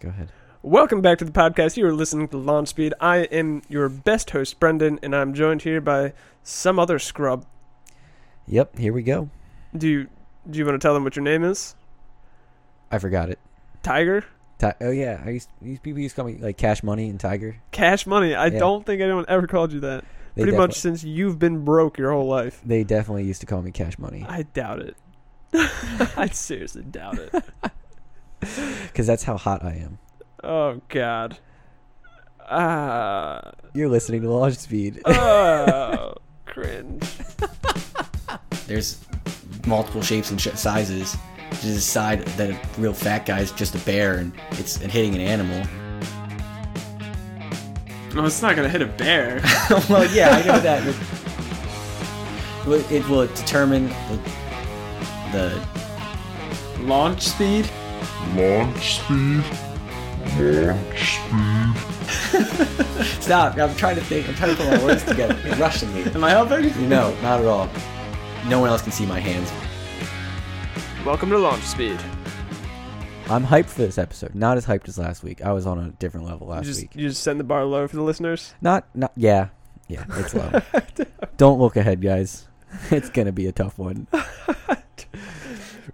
go ahead. Welcome back to the podcast. You are listening to Launch Speed. I am your best host, Brendan, and I'm joined here by some other scrub. Yep, here we go. Do you do you want to tell them what your name is? I forgot it. Tiger? Ti- oh yeah, I used these people used to call me like Cash Money and Tiger. Cash money. I Yeah. don't think anyone ever called you that. They Pretty much defi- since you've been broke your whole life. They definitely used to call me Cash Money I doubt it. I seriously doubt it. because that's how hot I am. Oh god. Ah. You're listening to Launch Speed. Oh, cringe. There's multiple shapes and sh- sizes to decide that a real fat guy is just a bear and it's and hitting an animal. No, it's not gonna hit a bear. well, yeah, I know that. Well, It will determine the, the Launch speed. Launch speed. Launch speed. Stop! I'm trying to think. I'm trying to put my words together. You're rushing me. Am I helping? No, not at all. No one else can see my hands. Welcome to launch speed. I'm hyped for this episode. Not as hyped as last week. I was on a different level You last just week. you just send the bar low for the listeners. Not not yeah. Yeah, it's low. Don't look ahead, guys. It's gonna be a tough one.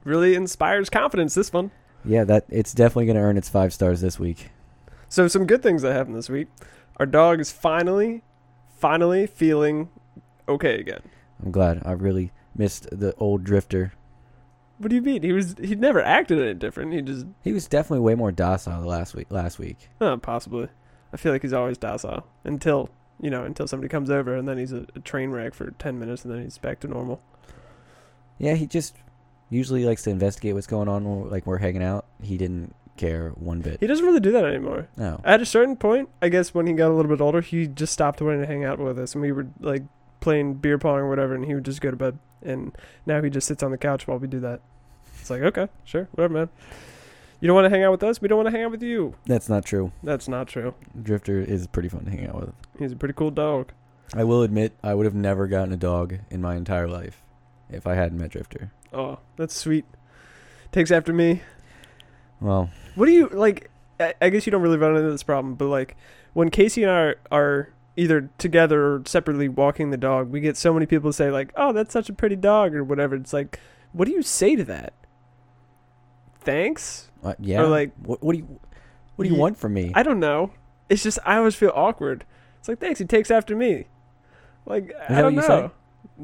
Really inspires confidence. This one. Yeah, that it's definitely gonna earn its five stars this week. So some good things that happened this week. Our dog is finally, finally feeling okay again. I'm glad. I really missed the old drifter. What do you mean? He was he never acted any different. He just He was definitely way more docile last week. Last week, uh, possibly. I feel like he's always docile until you know until somebody comes over and then he's a, a train wreck for ten minutes and then he's back to normal. yeah, he just usually likes to investigate what's going on. when- Like we're hanging out, he didn't care one bit. He doesn't really do that anymore. No, At a certain point, I guess when he got a little bit older, he just stopped wanting to hang out with us, and we were like playing beer pong or whatever, and he would just go to bed. And now he just sits on the couch while we do that. It's like, okay, sure, whatever, man. You don't want to hang out with us? We don't want to hang out with you. that's not true. That's not true. Drifter is pretty fun to hang out with. He's a pretty cool dog. I will admit, I would have never gotten a dog in my entire life if I hadn't met Drifter. Oh, that's sweet. Takes after me. Well, What do you like? I, I guess you don't really run into this problem, but like when Casey and I are, are either together or separately walking the dog, we get so many people say like, "Oh, that's such a pretty dog" or whatever. It's like, what do you say to that? Thanks. uh, yeah. Or, like- what, what do you, what do you Ye- want from me? I don't know. It's just I always feel awkward. It's like thanks. He takes after me. Like I that don't what you Uh. know.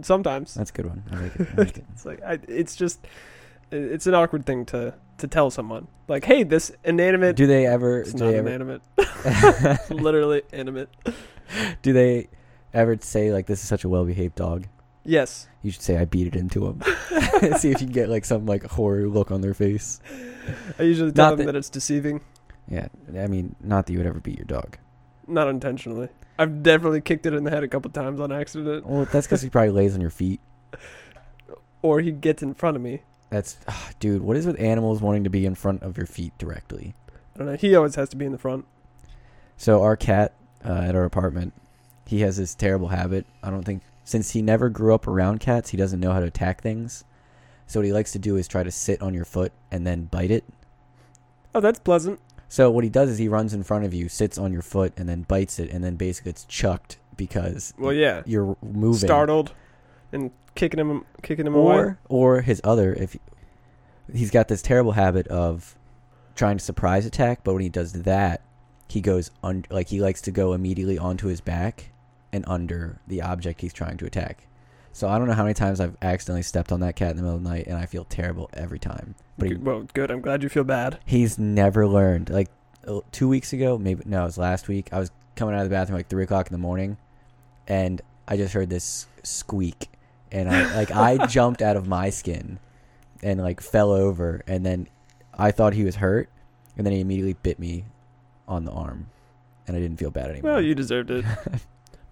Sometimes that's a good one. I like it. I like it. it's like I, it's just it's an awkward thing to to tell someone like, "Hey, this inanimate." Do they ever? it's Do not they ever? inanimate. Literally inanimate. do they ever say like this is such a well-behaved dog? Yes. You should say I beat it into him. See if you can get like some like horror look on their face. I usually tell Not them that- that it's deceiving, Yeah, I mean, not that you would ever beat your dog. not intentionally. I've definitely kicked it in the head a couple times on accident, Well, that's because he probably lays on your feet. or he gets in front of me. That's, ah, dude. What is with animals wanting to be in front of your feet directly? I don't know. He always has to be in the front. So our cat uh, at our apartment, he has this terrible habit. I don't think since he never grew up around cats, he doesn't know how to attack things. So what he likes to do is try to sit on your foot and then bite it. Oh, that's pleasant. So what he does is he runs in front of you, sits on your foot, and then bites it, and then basically it's chucked because Well, yeah. you're moving. Startled and kicking him, kicking him away. or or his other if he's got this terrible habit of trying to surprise attack but when he does that he goes un- like he likes to go immediately onto his back and under the object he's trying to attack so i don't know how many times i've accidentally stepped on that cat in the middle of the night and i feel terrible every time but he, Good- well, good. I'm glad you feel bad. he's never learned like uh, two weeks ago maybe no it was last week i was coming out of the bathroom like three o'clock in the morning and i just heard this squeak and i like i jumped out of my skin and like fell over and then i thought he was hurt and then he immediately bit me on the arm and i didn't feel bad anymore Well, you deserved it.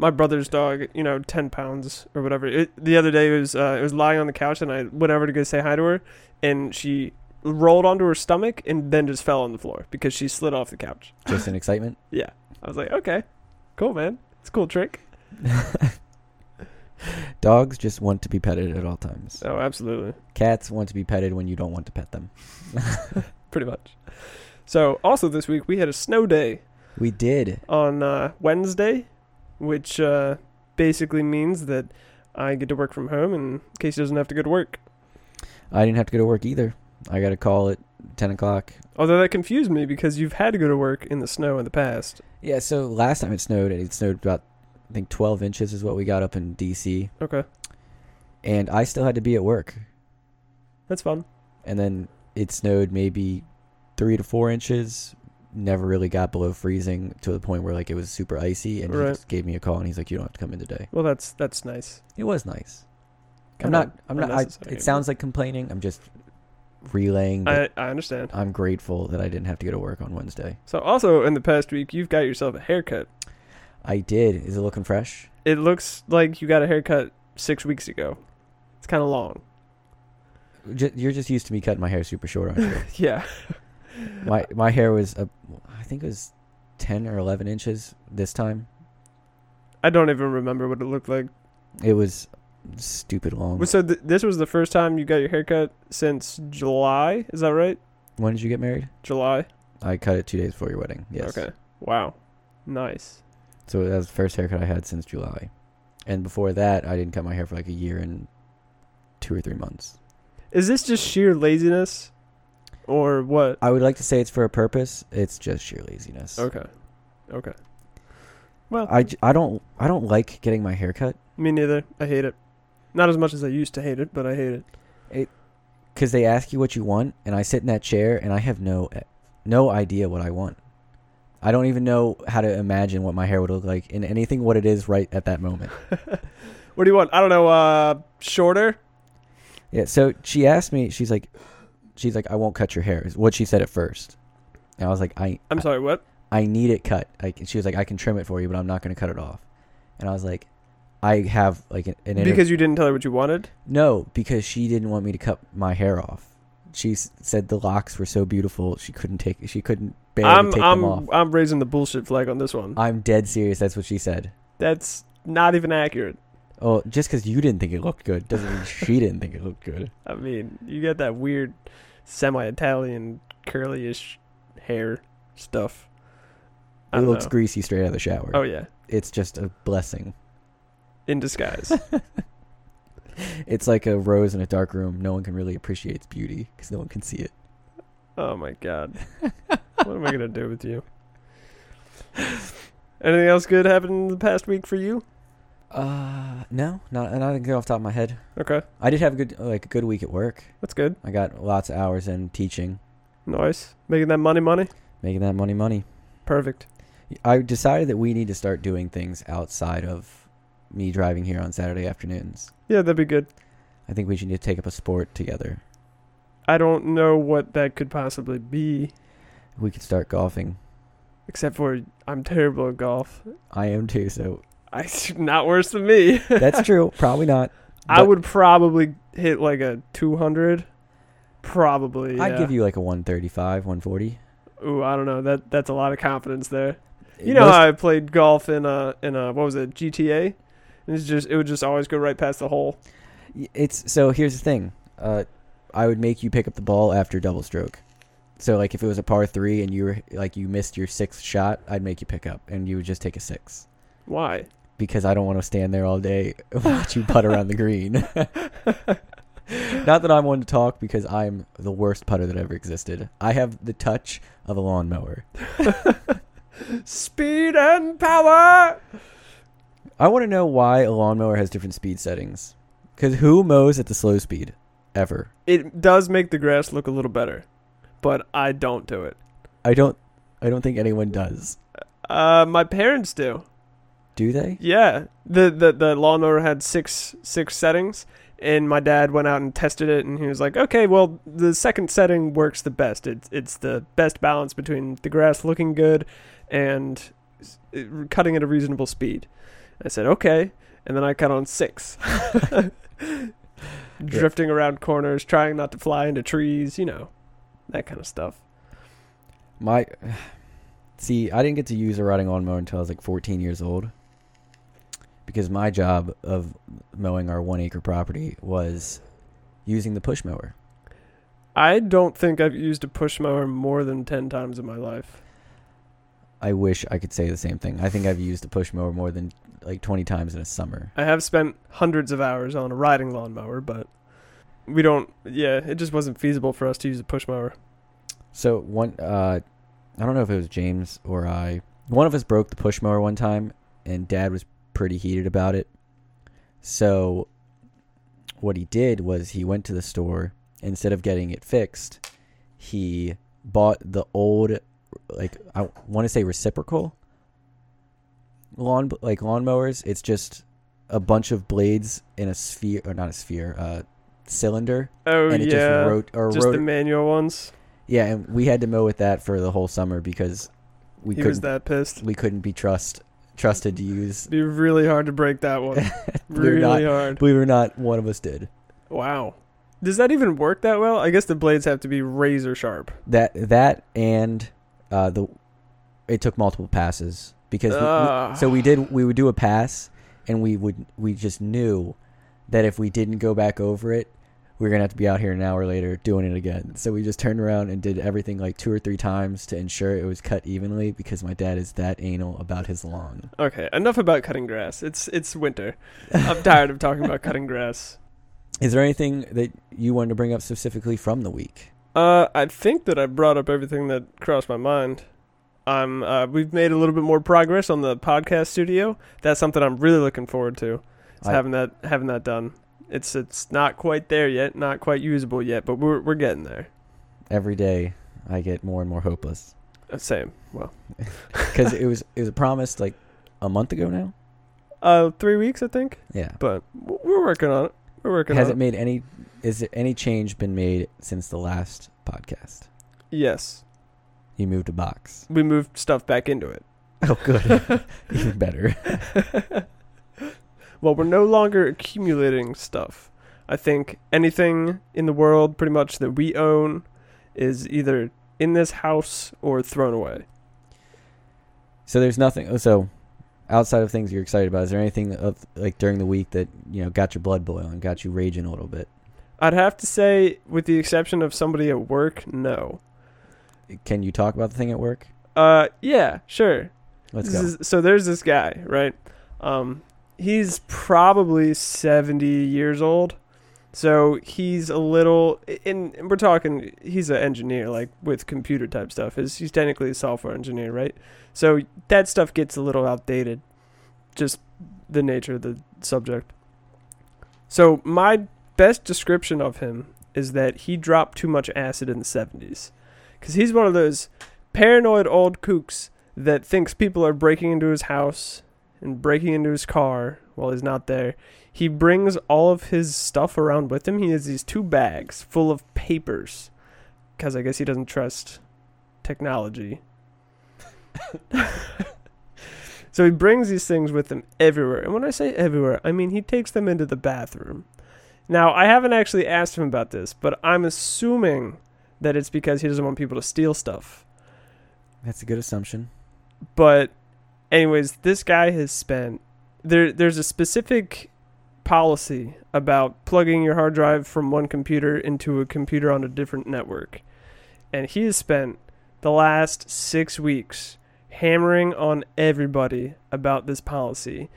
My brother's dog, you know, ten pounds or whatever. It, the other day it was uh, it was lying on the couch, and I went over to go say hi to her, and she rolled onto her stomach and then just fell on the floor because she slid off the couch. just in excitement I was like, okay, cool, man. It's a cool trick. dogs just want to be petted at all times Oh, absolutely. cats want to be petted when you don't want to pet them Pretty much. So also this week we had a snow day We did. on uh, Wednesday, which uh, basically means that I get to work from home and Casey doesn't have to go to work. I didn't have to go to work either. I got a call at ten o'clock. Although that confused me because you've had to go to work in the snow in the past. Yeah. So last time it snowed, and it snowed about I think twelve inches is what we got up in D.C. Okay, And I still had to be at work. that's fun. And then it snowed maybe three to four inches. Never really got below freezing to the point where like it was super icy. And Right. he just gave me a call, and he's like, "You don't have to come in today." Well, that's that's nice. It was nice. I'm Kinda not. I'm not. I, unnecessary, it sounds like complaining. I'm just relaying. That I I understand. I'm grateful that I didn't have to go to work on Wednesday. So also in the past week you've got yourself a haircut. I did. Is it looking fresh? It looks like you got a haircut six weeks ago. It's kind of long. Ju- You're just used to me cutting my hair super short, aren't you? Yeah. my my hair was, uh, I think it was ten or eleven inches this time. I don't even remember what it looked like. It was stupid long. Well, So th- this was the first time you got your haircut since July. Is that right? when did you get married? July. I cut it two days before your wedding. Yes. Okay. Wow. Nice. So that was the first haircut I had since July, and before that, I didn't cut my hair for like a year and two or three months. Is this just sheer laziness, or what? I would like to say it's for a purpose. It's just sheer laziness. Okay. Okay. Well, I, j- I don't I don't like getting my hair cut me neither. I hate it. Not as much as I used to hate it, but I hate it. because they ask you what you want, and I sit in that chair and I have no no idea what I want. I don't even know how to imagine what my hair would look like in anything what it is right at that moment. What do you want? I don't know. Uh, shorter. Yeah. So she asked me. She's like, she's like, I won't cut your hair. Is what she said at first. And I was like, I I'm sorry. What? I need it cut. I, can- she was like, I can trim it for you, but I'm not going to cut it off. And I was like, I have like an, an inter- Because you didn't tell her what you wanted. No, because she didn't want me to cut my hair off. She s- said the locks were so beautiful she couldn't take she couldn't bear to I'm take them off. I'm I'm raising the bullshit flag on this one. I'm dead serious. That's what she said. That's not even accurate. Oh, just because you didn't think it looked good doesn't mean she didn't think it looked good. I mean, you got that weird semi-Italian curly-ish hair stuff. I It don't looks know. greasy straight out of the shower. Oh yeah, It's just a blessing. in disguise. It's like a rose in a dark room. No one can really appreciate its beauty because no one can see it. oh my god, what am I gonna do with you? Anything else good happened in the past week for you? Uh, no, not not anything off the top of my head. Okay, I did have a good like a good week at work. that's good. I got lots of hours in teaching, Nice, making that money, money. making that money, money. Perfect. I decided that we need to start doing things outside of me driving here on Saturday afternoons. Yeah, that'd be good. I think we should need to take up a sport together. I don't know what that could possibly be, We could start golfing. except for I'm terrible at golf. I am too, so I not worse than me. that's true. Probably not. I But would probably hit like a 200. Probably. Yeah. I'd give you like a 135, 140. Ooh, I don't know. That that's a lot of confidence there. You It know, most- how I played golf in a in a what was it GTA, and it's just it would just always go right past the hole. it's so here's the thing. Uh, I would make you pick up the ball after double stroke. So like if it was a par 3 and you were like you missed your sixth shot, I'd make you pick up and you would just take a 6 Why? because I don't want to stand there all day and watch you putt around the green. Not that I'm one to talk because I'm the worst putter that ever existed. I have the touch of a lawnmower. Speed and power. I want to know why a lawnmower has different speed settings. Because who mows at the slow speed ever? It does make the grass look a little better, but I don't do it. I don't. I don't think anyone does. Uh, my parents do. Do they? Yeah, the the the lawnmower had six six settings, and my dad went out and tested it, and he was like, "Okay, well, the second setting works the best. It's it's the best balance between the grass looking good, and s- it- cutting at a reasonable speed." I said, "Okay," and then I cut on six, drifting around corners, trying not to fly into trees, you know, that kind of stuff. My. See, I didn't get to use a riding lawnmower until I was like 14 years old. Because my job of mowing our one acre property was using the push mower. I don't think I've used a push mower more than 10 times in my life. I wish I could say the same thing. I think I've used a push mower more than like 20 times in a summer. I have spent hundreds of hours on a riding lawnmower, but we don't, yeah, it just wasn't feasible for us to use a push mower. So one, uh, I don't know if it was James or I. One of us broke the push mower one time, and Dad was pretty heated about it. So what he did was he went to the store instead of getting it fixed. He bought the old, like I want to say reciprocal lawn like lawnmowers. It's just a bunch of blades in a sphere or not a sphere, uh, cylinder, Oh, and it just yeah. Just, rot or rot- the manual ones. yeah, and we had to mow with that for the whole summer because we he was couldn't that pissed. we couldn't be trust trusted to use. It'd be really hard to break that one. We're not- really hard. Believe it or not, one of us did. Wow. Does that even work that well? I guess the blades have to be razor sharp. That that and uh, the it took multiple passes because we- we- Ah. so we did we would do a pass and we would we just knew that if we didn't go back over it. We were gonna have to be out here an hour later doing it again. So we just turned around and did everything like two or three times to ensure it was cut evenly because my dad is that anal about his lawn. Okay, enough about cutting grass. It's it's winter. I'm tired of talking about cutting grass. Is there anything that you wanted to bring up specifically from the week? Uh, I think that I brought up everything that crossed my mind. I'm uh, we've made a little bit more progress on the podcast studio. That's something I'm really looking forward to. Is I- having that having that done. It's it's not quite there yet, not quite usable yet, but we're we're getting there. Every day, I get more and more hopeless Uh, Same. Well, because it was it was promised like a month ago now. uh, three weeks I think, Yeah, but w- we're working on it. We're working has on it made any? Is there any change been made since the last podcast? Yes, You moved a box. we moved stuff back into it. Oh, good, even better. well, we're no longer accumulating stuff. I think anything in the world, pretty much, that we own is either in this house or thrown away. So there's nothing. oh, So outside of things you're excited about, is there anything of like during the week that you know got your blood boiling, got you raging a little bit? I'd have to say, with the exception of somebody at work, no. Can you talk about the thing at work? Uh, yeah, sure. Let's This go. is- so there's this guy, right? Um, he's probably 70 years old. So he's a little, and and we're talking, he's an engineer, like with computer type stuff. He's, he's technically a software engineer, right? So that stuff gets a little outdated, just the nature of the subject. So my best description of him is that he dropped too much acid in the 70s. Because he's one of those paranoid old kooks that thinks people are breaking into his house and breaking into his car while he's not there. He brings all of his stuff around with him. He has these two bags full of papers because I guess he doesn't trust technology. so he brings these things with him everywhere. And when I say everywhere, I mean he takes them into the bathroom. Now, I haven't actually asked him about this, but I'm assuming that it's because he doesn't want people to steal stuff. That's a good assumption. But anyways, this guy has spent there there's a specific policy about plugging your hard drive from one computer into a computer on a different network. And he has spent the last 6 weeks hammering on everybody about this policy.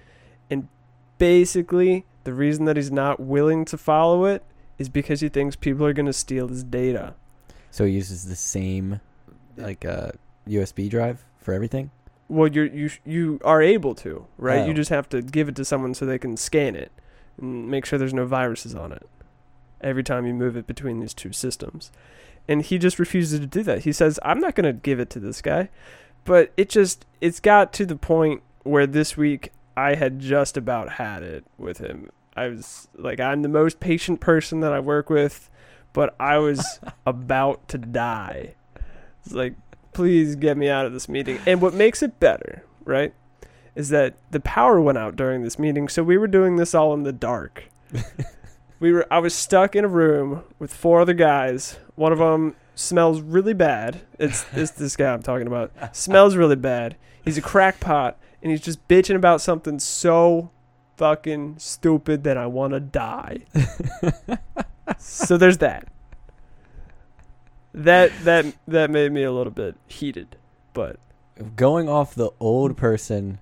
And basically, the reason that he's not willing to follow it is because he thinks people are going to steal his data. So he uses the same like uh, USB drive for everything. Well, you you sh- you are able to, right? Oh. You just have to give it to someone so they can scan it and make sure there's no viruses on it every time you move it between these two systems. And he just refuses to do that. He says, "I'm not going to give it to this guy." But it just it's got to the point where this week I had just about had it with him. I was like I'm the most patient person that I work with, but I was about to die. It's like please get me out of this meeting. And what makes it better, right, is that the power went out during this meeting, so we were doing this all in the dark. we were I was stuck in a room with four other guys. One of them smells really bad. It's it's this guy I'm talking about. Smells really bad. He's a crackpot and he's just bitching about something so fucking stupid that I want to die. so there's that. that that that made me a little bit heated, but Going off the old person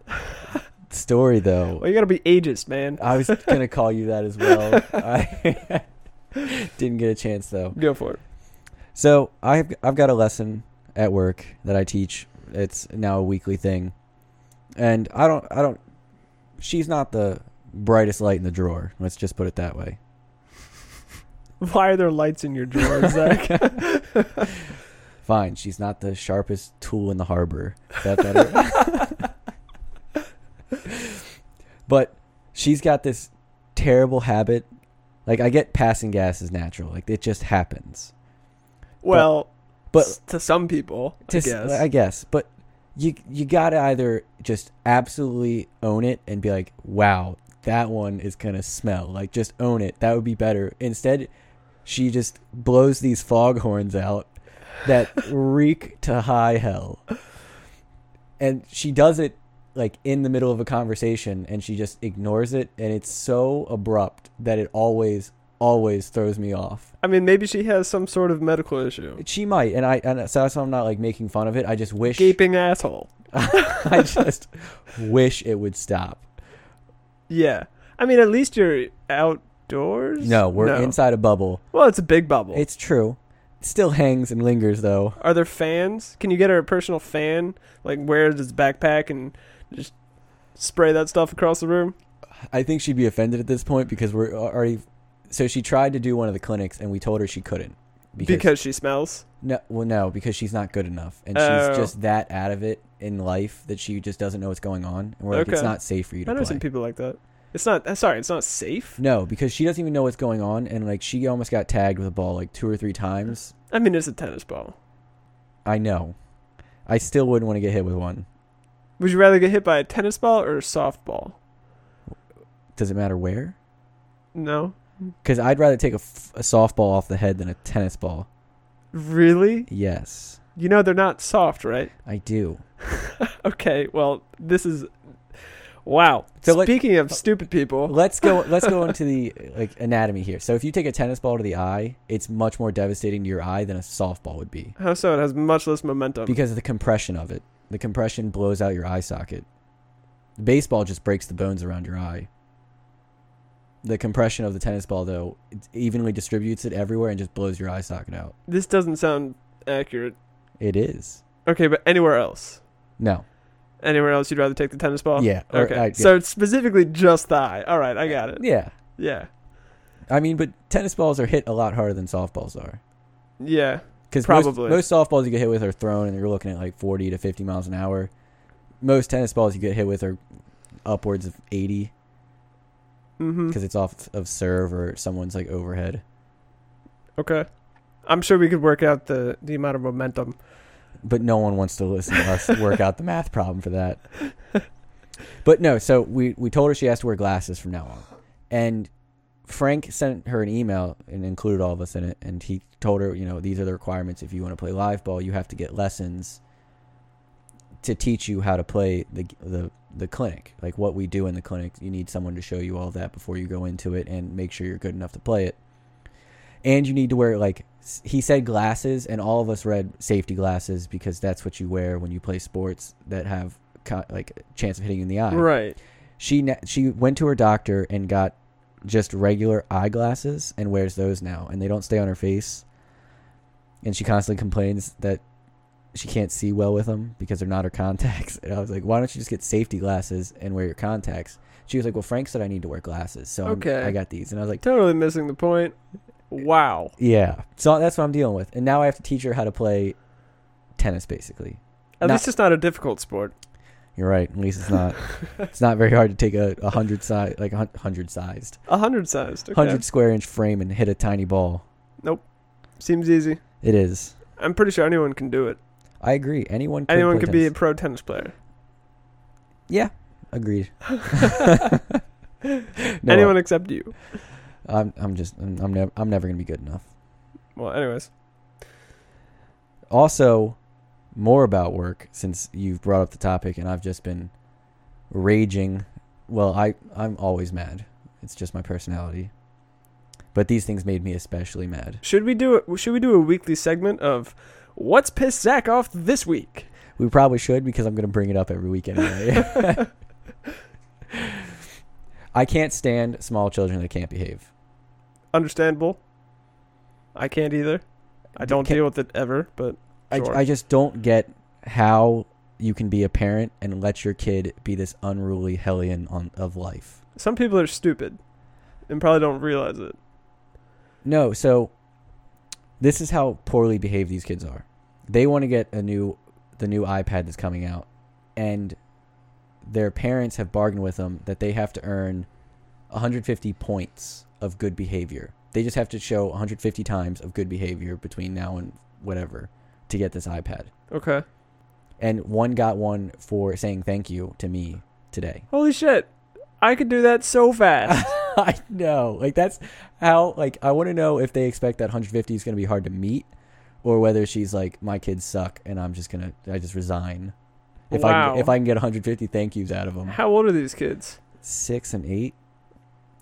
story though, well, you gotta be ageist, man. I was gonna call you that as well. I didn't get a chance though. Go for it. So I've I've got a lesson at work that I teach. It's now a weekly thing, and I don't I don't. She's not the brightest light in the drawer. Let's just put it that way. Why are there lights in your drawers, Zach? Fine, she's not the sharpest tool in the harbor. Is that better? but she's got this terrible habit. Like I get passing gas is natural. Like it just happens. well, But s- to some people, to I s- guess. I guess, but you you gotta either just absolutely own it and be like, "Wow, that one is gonna smell." Like, just own it. That would be better. Instead, she just blows these foghorns out that reek to high hell, and she does it like in the middle of a conversation, and she just ignores it, and it's so abrupt that it always always throws me off. I mean, maybe she has some sort of medical issue. She might, and I and so that's why I'm not like making fun of it. I just wish Gaping asshole. I just wish it would stop. Yeah. I mean, at least you're outdoors. No, we're inside a bubble. Well, it's a big bubble. It's true. It still hangs and lingers though. Are there fans? Can you get her a personal fan? Like, wear this backpack and just spray that stuff across the room? I think she'd be offended at this point because we're already. So she tried to do one of the clinics, and we told her she couldn't Because, she smells. no, well, no, because she's not good enough, and Oh. she's just that out of it in life that she just doesn't know what's going on, and we're like, it's Okay. not safe for you I to know play. some people like that. It's not. uh, Sorry, it's not safe. no, because she doesn't even know what's going on, and like she almost got tagged with a ball like two or three times. I mean, it's a tennis ball. I know. I still wouldn't want to get hit with one. Would you rather get hit by a tennis ball or a softball? Does it matter where? No. Because I'd rather take a, f- a softball off the head than a tennis ball. Really? Yes, You know they're not soft, right? I do. Okay. Well, this is. Wow. So, like- uh, Speaking of stupid people, Let's go. Let's go into the like anatomy here. So if you take a tennis ball to the eye, it's much more devastating to your eye than a softball would be how so? It has much less momentum. because of the compression of it. The compression blows out your eye socket. The baseball just breaks the bones around your eye. The compression of the tennis ball, though, it evenly distributes it everywhere and just blows your eye socket out. this doesn't sound accurate. It is Okay, but anywhere else? no, Anywhere else, you'd rather take the tennis ball? yeah, or- Oh, Okay. I- yeah. So it's specifically just the eye. All right, I got it. yeah. Yeah. I mean, but tennis balls are hit a lot harder than softballs are. Yeah. Because Probably. most, softballs you get hit with are thrown, and you're looking at like 40 to 50 miles an hour. Most tennis balls you get hit with are upwards of 80 Mm-hmm. because it's off of serve or someone's like overhead. Okay. I'm sure we could work out the, the amount of momentum. But no one wants to listen to us work out the math problem for that. But no, so we, we told her she has to wear glasses from now on. And Frank sent her an email and included all of us in it. And he told her, you know, these are the requirements. If you want to play live ball, you have to get lessons to teach you how to play the, the, the clinic. Like what we do in the clinic, you need someone to show you all that before you go into it and make sure you're good enough to play it. And you need to wear, like, s- he said glasses, and all of us read safety glasses because that's what you wear when you play sports that have, co- like, a chance of hitting you in the eye Right. she ne- she went to her doctor and got just regular eyeglasses and wears those now and they don't stay on her face and she constantly complains that she can't see well with them because they're not her contacts and i was like why don't you just get safety glasses and wear your contacts she was like well frank said i need to wear glasses so I'm- Okay. i got these and i was like Totally missing the point. Wow. yeah so that's what i'm dealing with and now i have to teach her how to play tennis basically At Not- least it's not a difficult sport. you're right at least it's not it's not very hard to take a, a hundred size like a hun- hundred sized A hundred sized. Okay. 100 square inch frame and hit a tiny ball. Seems easy. It is. I'm pretty sure anyone can do it. I agree. Anyone can Anyone play could be a tennis. pro tennis player. Yeah. Agreed. no, Anyone except you. I'm I'm just I'm, I'm never I'm never going to be good enough. Well, anyways. Also, more about work since you've brought up the topic and I've just been raging. Well, I I'm always mad. It's just my personality. But these things made me especially mad. Should we do it? Should we do a weekly segment of what's pissed Zach off this week? We probably should because I'm going to bring it up every week anyway. I can't stand small children that can't behave. Understandable. I can't either. I don't Can- deal with it ever, but Sure. I, I just don't get how you can be a parent and let your kid be this unruly hellion on, of life. some people are stupid and probably don't realize it. No, so this is how poorly behaved these kids are. They want to get a new the new iPad that's coming out and their parents have bargained with them that they have to earn 150 points of good behavior. They just have to show 150 times of good behavior between now and whatever to get this iPad. Okay. And one got one for saying thank you to me today. Holy shit. I could do that so fast. I know. Like that's how like I want to know if they expect that 150 is going to be hard to meet or whether she's like my kids suck and I'm just going to I just resign. If Wow. I if I can get 150 thank yous out of them. How old are these kids? 6 and 8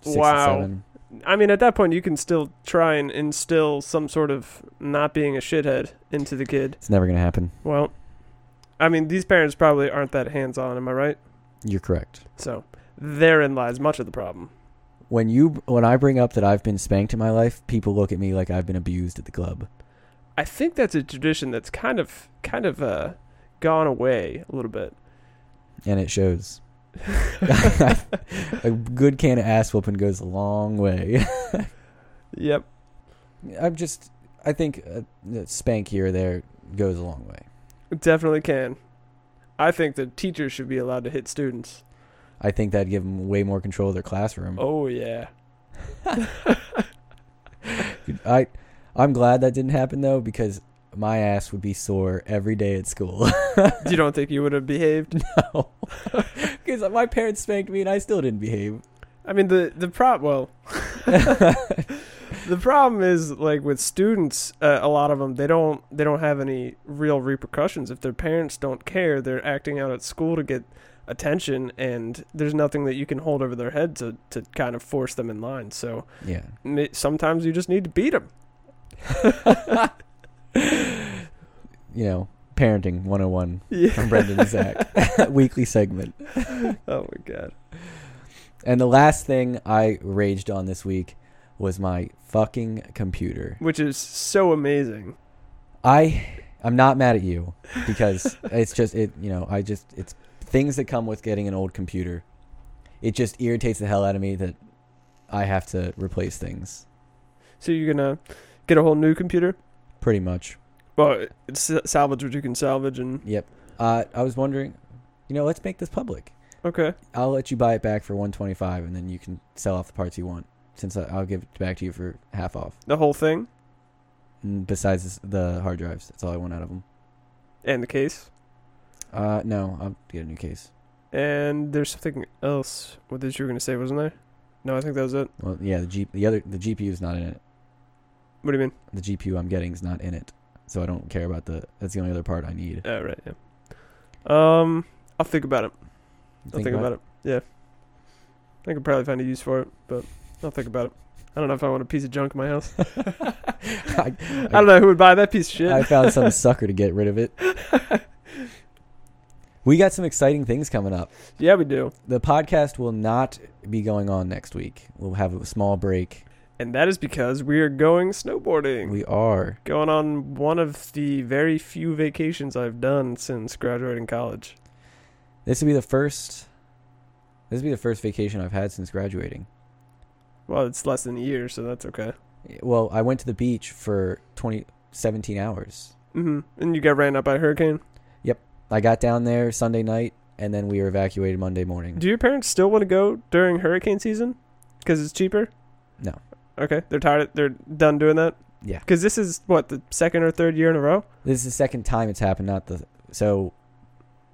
six Wow. and 7. I mean, at that point, you can still try and instill some sort of not being a shithead into the kid. It's never going to happen. Well, I mean, these parents probably aren't that hands on, am I right? You're correct. So, therein lies much of the problem. When you when I bring up that I've been spanked in my life, people look at me like I've been abused at the club. I think that's a tradition that's kind of kind of uh, gone away a little bit. And it shows. a good can of ass whooping goes a long way. yep. I'm just. I think uh, the spank here or there goes a long way. Definitely can. I think that teachers should be allowed to hit students. I think that'd give them way more control of their classroom. Oh yeah. I, I'm glad that didn't happen though because my ass would be sore every day at school. you don't think you would have behaved? Because my parents spanked me and I still didn't behave. I mean the the prop well the problem is like with students uh, a lot of them they don't they don't have any real repercussions if their parents don't care they're acting out at school to get attention and there's nothing that you can hold over their head to to kind of force them in line so Yeah. ma- sometimes you just need to beat them You know, parenting 101 yeah from Brendan and Zach weekly segment. oh my god And the last thing I raged on this week was my fucking computer. which is so amazing I I'm not mad at you because it's just it you know I just it's things that come with getting an old computer. It just irritates the hell out of me that I have to replace things so you're gonna get a whole new computer pretty much. well it's salvage what you can salvage and Uh, I was wondering, you know, let's make this public. okay I'll let you buy it back for 125 and then you can sell off the parts you want since I, I'll give it back to you for half off. the whole thing And besides this, the hard drives, that's all I want out of them. and the case Uh, no, I'll get a new case. And there's something else what that you were gonna say, wasn't there? No, I think that was it. Well, yeah, the G, the other the GPU is not in it. What do you mean? the GPU I'm getting is not in it, so I don't care about the. That's the only other part I need. Oh right, yeah. Um I'll think about it. I'll Think think about it. Yeah. I could probably find a use for it, but I'll think about it. I don't know if I want a piece of junk in my house. I, I don't know who would buy that piece of shit. I found some sucker to get rid of it. We got some exciting things coming up. yeah, we do. The podcast will not be going on next week. We'll have a small break. And that is because we are going snowboarding. We are. going on one of the very few vacations I've done since graduating college. This will be the first. This will be the first vacation I've had since graduating. Well, it's less than a year, so that's okay. Well, I went to the beach for 20, 17 hours. hmm And you got ran up by a hurricane? I got down there Sunday night, and then we were evacuated Monday morning. Do your parents still want to go during hurricane season? Because it's cheaper. No. Okay, they're tired. They're done doing that. Yeah. Because this is what the second or third year in a row. This is the second time it's happened. Not the so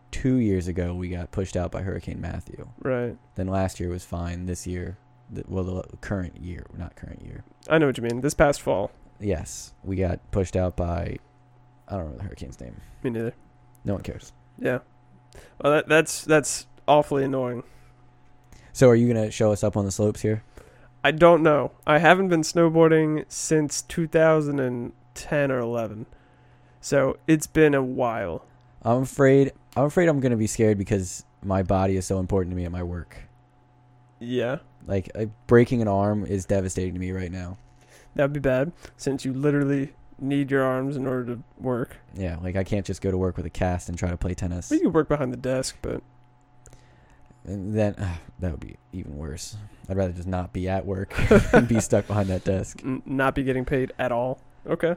two years ago we got pushed out by Hurricane Matthew. Right. Then last year was fine. This year, the, well, the current year, not current year. I know what you mean. This past fall. Yes, we got pushed out by I don't remember the hurricane's name. Me neither. No one cares. Yeah. Well, that, that's that's awfully annoying. So are you gonna show us up on the slopes here? I don't know. I haven't been snowboarding since 2010 or 11. So it's been a while. I'm afraid. I'm afraid I'm gonna be scared because my body is so important to me at my work. Yeah. Like uh, breaking an arm is devastating to me right now. That'd be bad since you literally need your arms in order to work. Yeah, like I can't just go to work with a cast and try to play tennis. Well, you could work behind the desk, but And then ah, that would be even worse. I'd rather just not be at work and be stuck behind that desk. n- not be getting paid at all. Okay.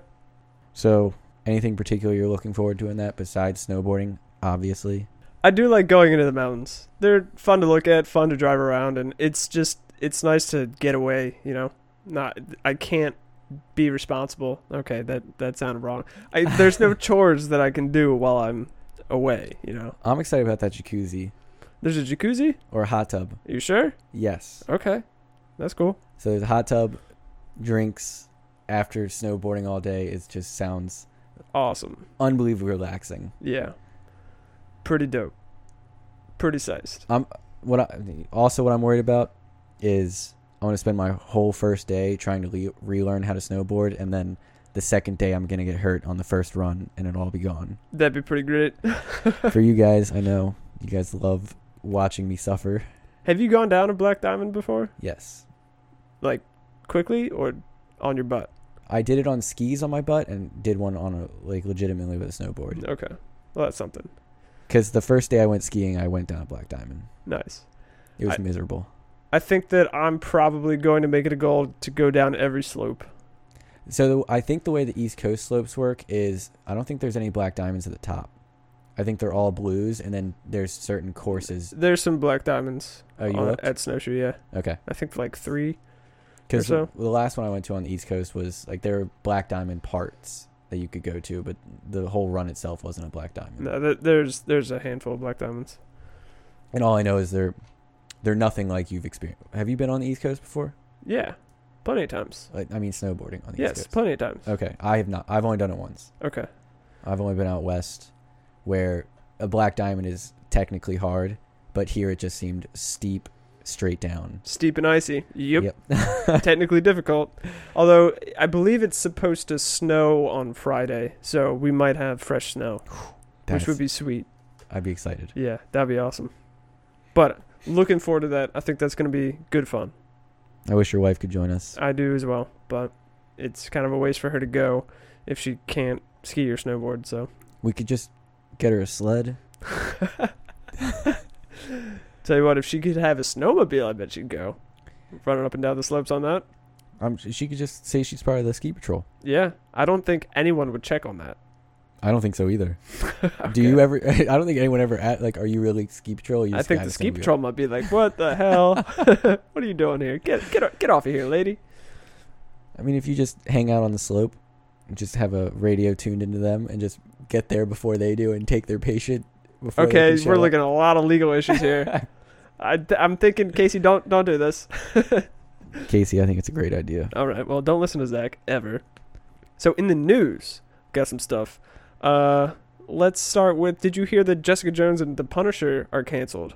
So, anything particular you're looking forward to in that besides snowboarding? Obviously, I do like going into the mountains. They're fun to look at, fun to drive around, and it's just it's nice to get away. You know, not I can't be responsible. Okay, that that sounded wrong. I, there's no chores that I can do while I'm away. You know, I'm excited about that jacuzzi there's a jacuzzi. or hot tub. Are you sure? Yes. Okay, that's cool. So there's a hot tub, drinks after snowboarding all day. It just sounds Awesome. unbelievably relaxing. Yeah, pretty dope. Pretty sized. What I, also what I'm worried about is I want to spend my whole first day trying to le- relearn how to snowboard, and then the second day I'm gonna get hurt on the first run, and it'll all be gone. That'd be pretty great. For you guys, I know you guys love watching me suffer. Have you gone down a black diamond before? Yes. Like quickly or on your butt? I did it on skis on my butt and did one on a like legitimately with a snowboard. Okay. Well, that's something. Because the first day I went skiing, I went down a black diamond. Nice. It was I- miserable. I think that I'm probably going to make it a goal to go down every slope. So the, I think the way the East Coast slopes work is I don't think there's any black diamonds at the top. I think they're all blues, and then there's certain courses. There's some black diamonds Oh, you on- looked? at Snowshoe, yeah. Okay, I think like three. because so? the last one I went to on the East Coast was like there were black diamond parts that you could go to, but the whole run itself wasn't a black diamond. No, th- there's there's a handful of black diamonds. And all I know is they're they're nothing like you've experienced. Have you been on the East Coast before? Yeah. Plenty of times. Like, I mean, snowboarding on the Yes, East Coast. plenty of times. Okay, I have not. I've only done it once. Okay. I've only been out west, where a black diamond is technically hard, but here it just seemed steep, straight down. Steep and icy. Yep. Yep. Technically difficult. Although I believe it's supposed to snow on Friday, so we might have fresh snow, That's- which would be sweet. I'd be excited. Yeah, that'd be awesome. But looking forward to that. I think that's going to be good fun. I wish your wife could join us. I do as well, but it's kind of a waste for her to go if she can't ski or snowboard. So We could just get her a sled. tell you what, if she could have a snowmobile, I bet she'd go running up and down the slopes on that. Um, sh- she could just say she's part of the ski patrol. Yeah, I don't think anyone would check on that. I don't think so either. Do you Okay. ever? I don't think anyone ever. At, like, are you really ski patrol? You I just think got the a ski snowmobile. patrol might be like, "What the hell? what are you doing here? Get get o- get off of here, lady." I mean, if you just hang out on the slope, and just have a radio tuned into them, and just get there before they do, and take their patient. Before they Okay, can show we're up. looking at a lot of legal issues here. I th- I'm thinking, Casey, don't don't do this. Casey, I think it's a great idea. All right. Well, don't listen to Zach ever. So in the news, got some stuff. Uh, let's start with. Did you hear that Jessica Jones and The Punisher are canceled?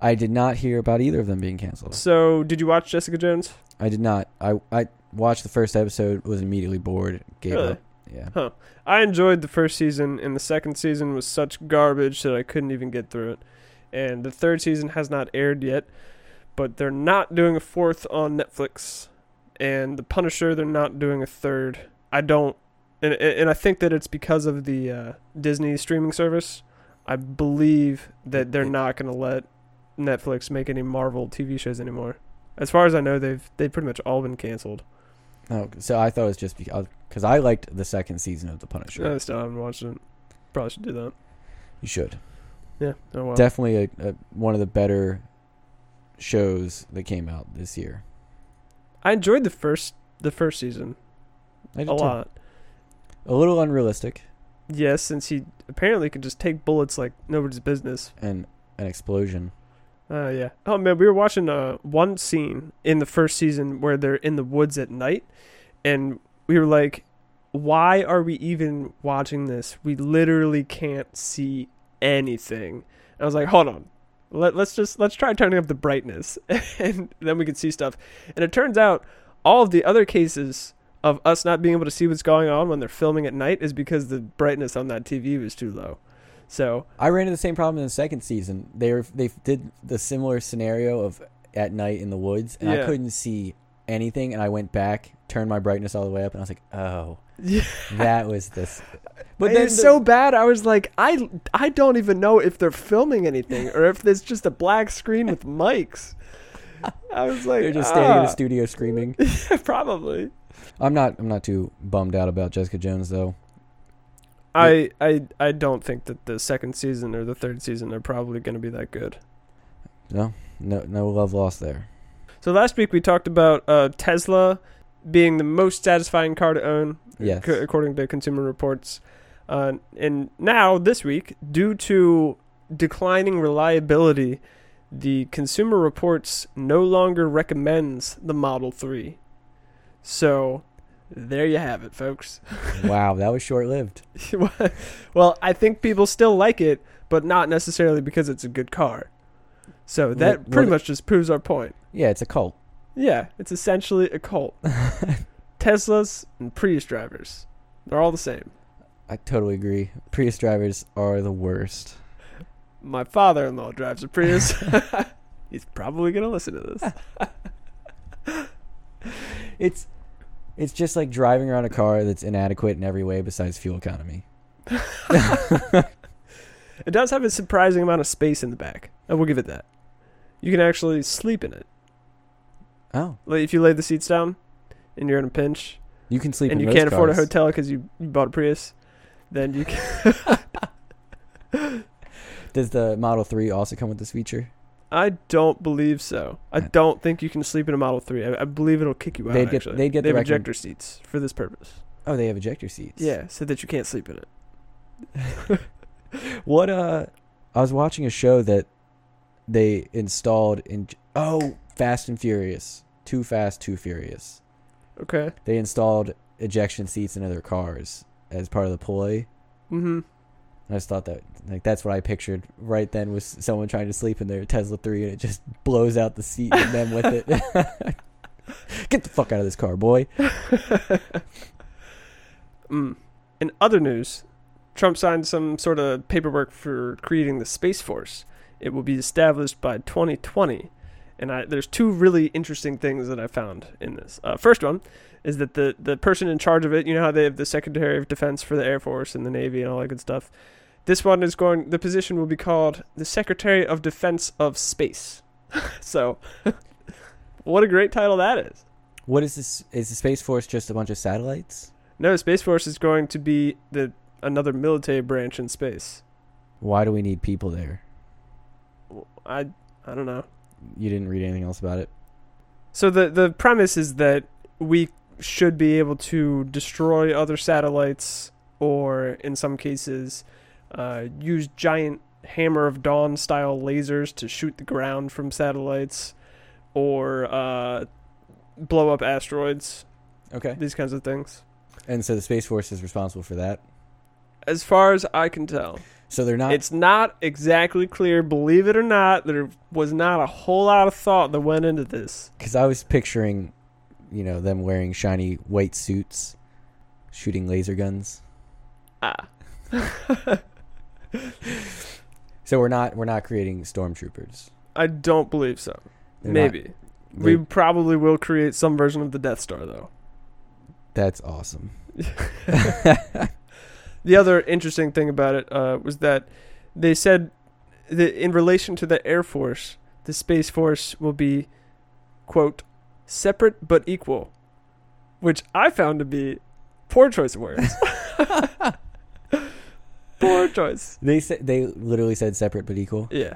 I did not hear about either of them being canceled. So did you watch Jessica Jones? I did not. I I watched the first episode, was immediately bored, gave Really? up. Yeah. I enjoyed the first season, and the second season was such garbage that I couldn't even get through it. And the third season has not aired yet, but they're not doing a fourth on Netflix. And The Punisher, they're not doing a third. I don't, and and and I think that it's because of the uh, Disney streaming service. I believe that they're not going to let Netflix make any Marvel TV shows anymore. As far as I know, they've they have pretty much all been canceled. Oh, so I thought it was just because cause I liked the second season of The Punisher. I still haven't watched it. Probably should do that. you should Yeah. Oh well. definitely a, a, one of the better shows that came out this year. I enjoyed the first the first season I did a too. lot. A little unrealistic Yes, since he apparently could just take bullets like nobody's business. and an explosion. Uh, yeah. Oh man, we were watching uh one scene in the first season where they're in the woods at night, and we were like, "Why are we even watching this? We literally can't see anything." And I was like, "Hold on, Let, let's just let's try turning up the brightness, and then we can see stuff. And it turns out all of the other cases of us not being able to see what's going on when they're filming at night is because the brightness on that TV was too low. So I ran into the same problem in the second season. They were, they did the similar scenario of at night in the woods, and Yeah. I couldn't see anything. And I went back, turned my brightness all the way up, and I was like, "Oh, yeah, that was this." but But then it's the- so bad. I was like, I I don't even know if they're filming anything or if there's just a black screen with mics. I was like, they're just standing in "Ah." the studio screaming. probably. I'm not. I'm not too bummed out about Jessica Jones though. I, I I don't think that the second season or the third season are probably going to be that good. No, no, no love lost there. So last week we talked about uh, Tesla being the most satisfying car to own, Yes. ac- according to Consumer Reports. Uh, and now this week, due to declining reliability, the Consumer Reports no longer recommends the Model Three. So there you have it, folks. wow, that was short lived. well, I think people still like it, but not necessarily because it's a good car. So that What- pretty what- much just proves our point. Yeah, it's a cult. Yeah, it's essentially a cult. Teslas and Prius drivers. They're all the same. I totally agree. Prius drivers are the worst. My father in law drives a Prius. He's probably going to listen to this. It's it's just like driving around a car that's inadequate in every way besides fuel economy. It does have a surprising amount of space in the back. I will give it that. You can actually sleep in it. Oh, Like if you lay the seats down and you're in a pinch you can sleep and in you most can't afford a cars. hotel because you, you bought a Prius, then you can. Does the Model 3 also come with this feature? I don't believe so. I I- don't think you can sleep in a Model 3. I, I believe it'll kick you out. Uh, They'd get- actually. they'd get they the have recommend- ejector seats for this purpose. Oh, they have ejector seats. Yeah, so that you can't sleep in it. What uh I was watching a show that they installed in Oh, Fast and Furious. Too Fast, Too Furious. Okay. They installed ejection seats into their cars as part of the ploy. Mm-hmm. And I just thought that like that's what I pictured right then was someone trying to sleep in their Tesla 3 and it just blows out the seat and them with it. Get the fuck out of this car, boy. Mm. In other news, Trump signed some sort of paperwork for creating the Space Force. It will be established by 2020. And I, there's two really interesting things that I found in this. Uh, first one is that the, the person in charge of it, you know how they have the Secretary of Defense for the Air Force and the Navy and all that good stuff. This one is going, the position will be called the Secretary of Defense of Space. so, what a great title that is. What is this is the Space Force just a bunch of satellites? No, Space Force is going to be the another military branch in space. Why do we need people there? I I don't know. You didn't read anything else about it. So the the premise is that we should be able to destroy other satellites, or in some cases, uh, use giant hammer of dawn style lasers to shoot the ground from satellites, or uh, blow up asteroids. Okay. These kinds of things. And so the Space Force is responsible for that. As far as I can tell. So they're not It's not exactly clear, believe it or not. There was not a whole lot of thought that went into this. cuz I was picturing you know them wearing shiny white suits shooting laser guns. Ah. So we're not we're not creating stormtroopers. I don't believe so. They're not- Maybe. we they- probably will create some version of the Death Star, though. that's awesome. The other interesting thing about it uh, was that they said that in relation to the Air Force, the Space Force will be, quote, separate but equal, which I found to be poor choice of words. poor choice. They said they literally said separate but equal. Yeah.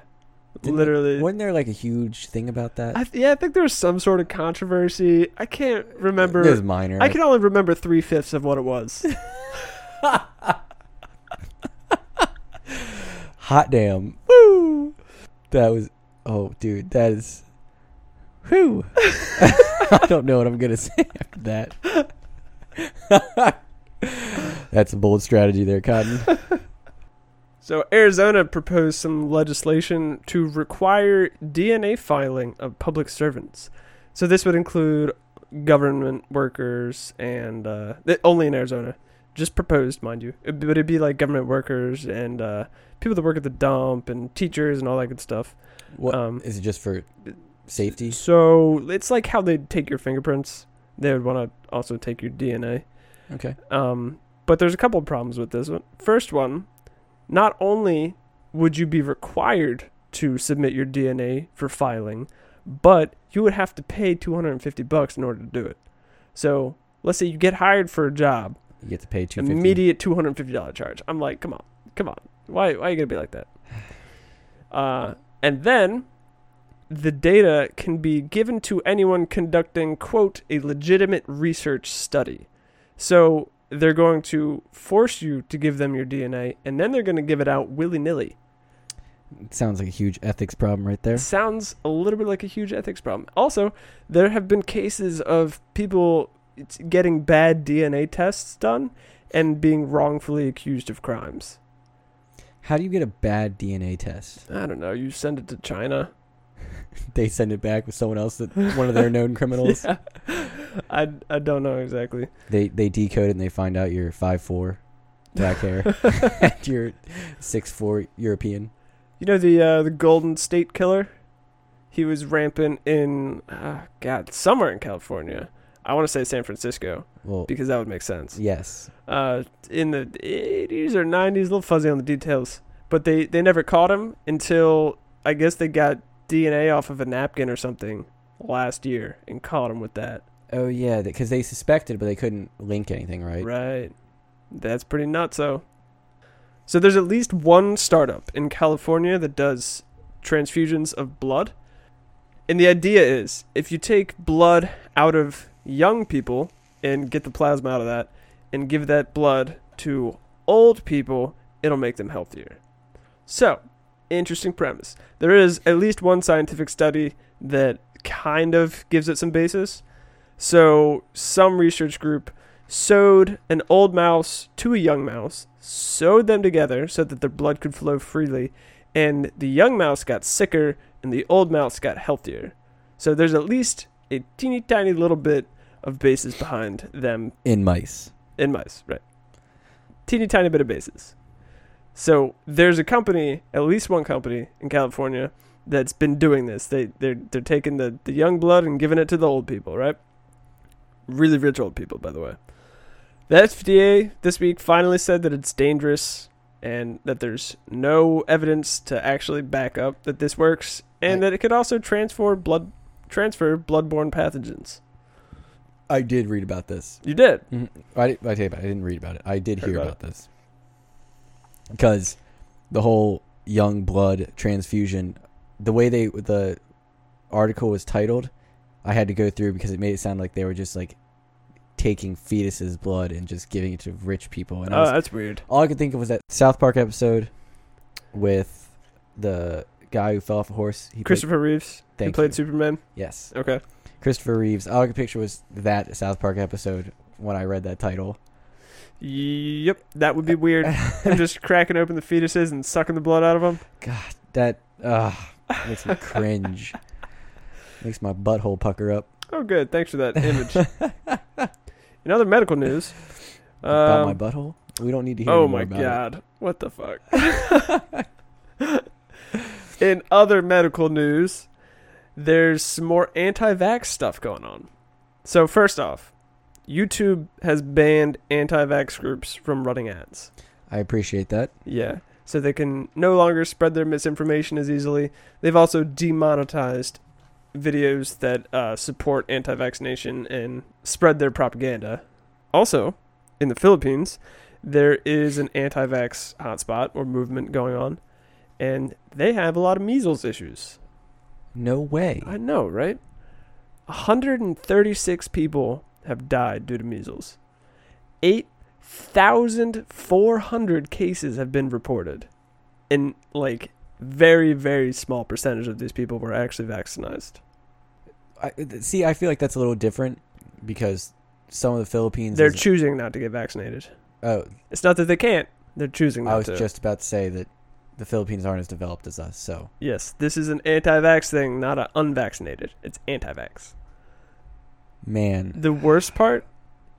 Didn't- Literally. Wasn't there like a huge thing about that? I th- yeah, I think there was some sort of controversy. I can't remember. It was minor. I can only remember three fifths of what it was. Hot damn. Woo! That was oh dude, that is Whew. I don't know what I'm gonna say after that. That's a bold strategy there, Cotton. So Arizona proposed some legislation to require DNA filing of public servants. So this would include government workers and uh, th- only in Arizona, just proposed, mind you. It, but it'd be like government workers and uh, people that work at the dump and teachers and all that good stuff. What is Um, it? Just for safety? So it's like how they take your fingerprints. They would want to also take your DNA. Okay. Um, but there's a couple of problems with this one. First one, not only would you be required to submit your DNA for filing, but you would have to pay 250 bucks in order to do it. So let's say you get hired for a job, You get to pay two fifty. immediate $250 charge. I'm like, come on, come on. Why, why are you going to be like that? Uh, and then the data can be given to anyone conducting, quote, a legitimate research study. So they're going to force you to give them your DNA, and then they're going to give it out willy nilly. Sounds like a huge ethics problem right there. Sounds a little bit like a huge ethics problem. Also, there have been cases of people it's- getting bad DNA tests done and being wrongfully accused of crimes. How do you get a bad DNA test? I don't know. You send it to China. They send it back with someone else that one of their known criminals. Yeah. I, I don't know exactly. They they decode it and they find out you're five four, black hair, and you're six four European. You know the uh, the Golden State Killer. He was rampant in uh, God somewhere in California. I want to say San Francisco Well, because that would make sense. yes. Uh, in the 80s or 90s, a little fuzzy on the details, but they they never caught him until I guess they got DNA off of a napkin or something last year and caught him with that. Oh yeah, because they suspected, but they couldn't link anything, right? Right. That's pretty nuts, though. So there's at least one startup in California that does transfusions of blood. And the idea is if you take blood out of young people and get the plasma out of that and give that blood to old people, it'll make them healthier. So, interesting premise. There is at least one scientific study that kind of gives it some basis. So, some research group sewed an old mouse to a young mouse, sewed them together so that their blood could flow freely, and the young mouse got sicker and the old mouse got healthier. So there's at least a teeny tiny little bit of basis behind them In mice. in mice, right? Teeny tiny bit of basis. So there's a company, at least one company in California, that's been doing this. They they're they're taking the, the young blood and giving it to the old people, right? Really rich old people, by the way. The FDA this week finally said that it's dangerous and that there's no evidence to actually back up that this works and that it could also transfer blood transfer bloodborne pathogens. I did read about this. You did. I, did, I, take it back. I didn't read about it. I did Heard hear about about this because the whole young blood transfusion, the way they the article was titled, I had to go through because it made it sound like they were just like taking fetuses' blood and just giving it to rich people. And I Oh, was, that's weird. all I could think of was that South Park episode with the guy who fell off a horse. He played- Christopher Reeves, who Thank played you. Superman. yes, Okay. Christopher Reeves. All I could picture was that South Park episode when I read that title. Yep, that would be weird. Him just cracking open the fetuses and sucking the blood out of them. That uh, makes me cringe. makes my butthole pucker up. Oh, good. Thanks for that image. In other medical news, About my um, butthole. We don't need to hear. oh any more my about god, what the fuck? In other medical news, there's some more anti-vax stuff going on. So first off, YouTube has banned anti-vax groups from running ads. It. I appreciate that. Yeah. So they can no longer spread their misinformation as easily. They've also demonetized videos that uh, support anti vaccination and spread their propaganda. Also, in the Philippines, there is an anti vax hotspot or movement going on, and they have a lot of measles issues. No way. I know, right? 136 people have died due to measles. 8,400 cases have been reported. And, like, very, very small percentage of these people were actually vaccinated. I, th- see, I feel like that's a little different because some of the Philippines. They're is- choosing not to get vaccinated. oh, It's not that they can't, they're choosing not I was to. Oh, just about to say that the Philippines aren't as developed as us. So Yes, this is an anti-vax thing, not an unvaccinated. It's anti-vax. man, The worst part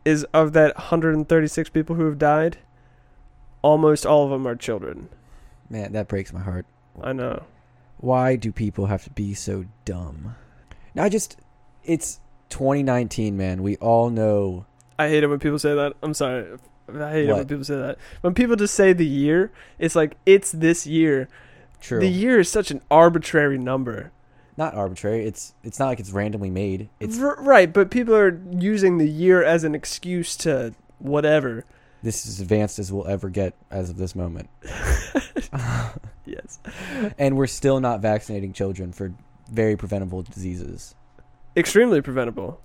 is of that 136 people who have died, almost all of them are children. man, that breaks my heart. I know. Why do people have to be so dumb? Now I just it's 2019, man. We all know I hate it when people say that. I'm sorry. I hate it when What? people say that. When people just say the year, it's like it's this year. true. The year is such an arbitrary number. not arbitrary. It's it's not like it's randomly made. It's R- right, but people are using the year as an excuse to whatever. this is as advanced as we'll ever get as of this moment. Yes. And we're still not vaccinating children for very preventable diseases. extremely preventable.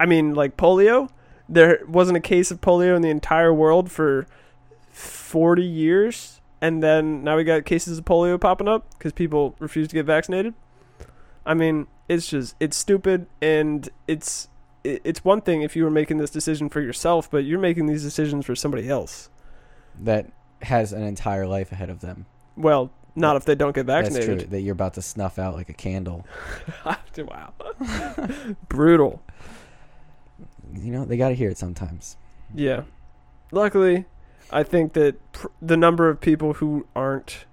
I mean, like polio, there wasn't a case of polio in the entire world for 40 years, and then now we got cases of polio popping up because people refuse to get vaccinated. I mean, it's just it's stupid, and it's i- it's one thing if you were making this decision for yourself, but you're making these decisions for somebody else. That has an entire life ahead of them. Well, not if they don't get That's vaccinated. true. That you're about to snuff out like a candle. wow, brutal. You know, they got to hear it sometimes. Yeah. Luckily, I think that pr- the number of people who aren't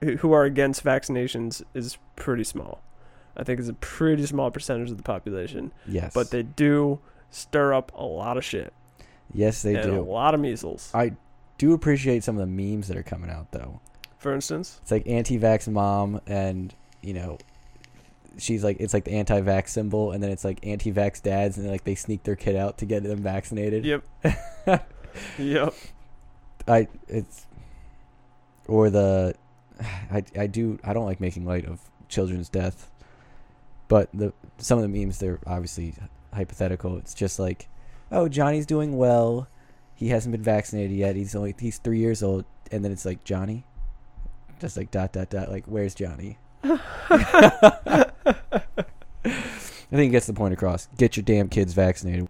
who who are against vaccinations is pretty small. I think it's a pretty small percentage of the population, Yes. but they do stir up a lot of shit yes, they and a do. lot of measles. I do appreciate some of the memes that are coming out though. For instance, It's like anti-vax mom and, you know, she's like it's like the anti-vax symbol and then it's like anti-vax dads and like they sneak their kid out to get them vaccinated. yep, yep, I it's or the I I do I don't like making light of children's death, but the some of the memes they're obviously hypothetical. It's just like, oh Johnny's doing well, he hasn't been vaccinated yet. He's only he's three years old, and then it's like Johnny, just like dot dot dot. Like where's Johnny? I think it gets the point across. Get your damn kids vaccinated.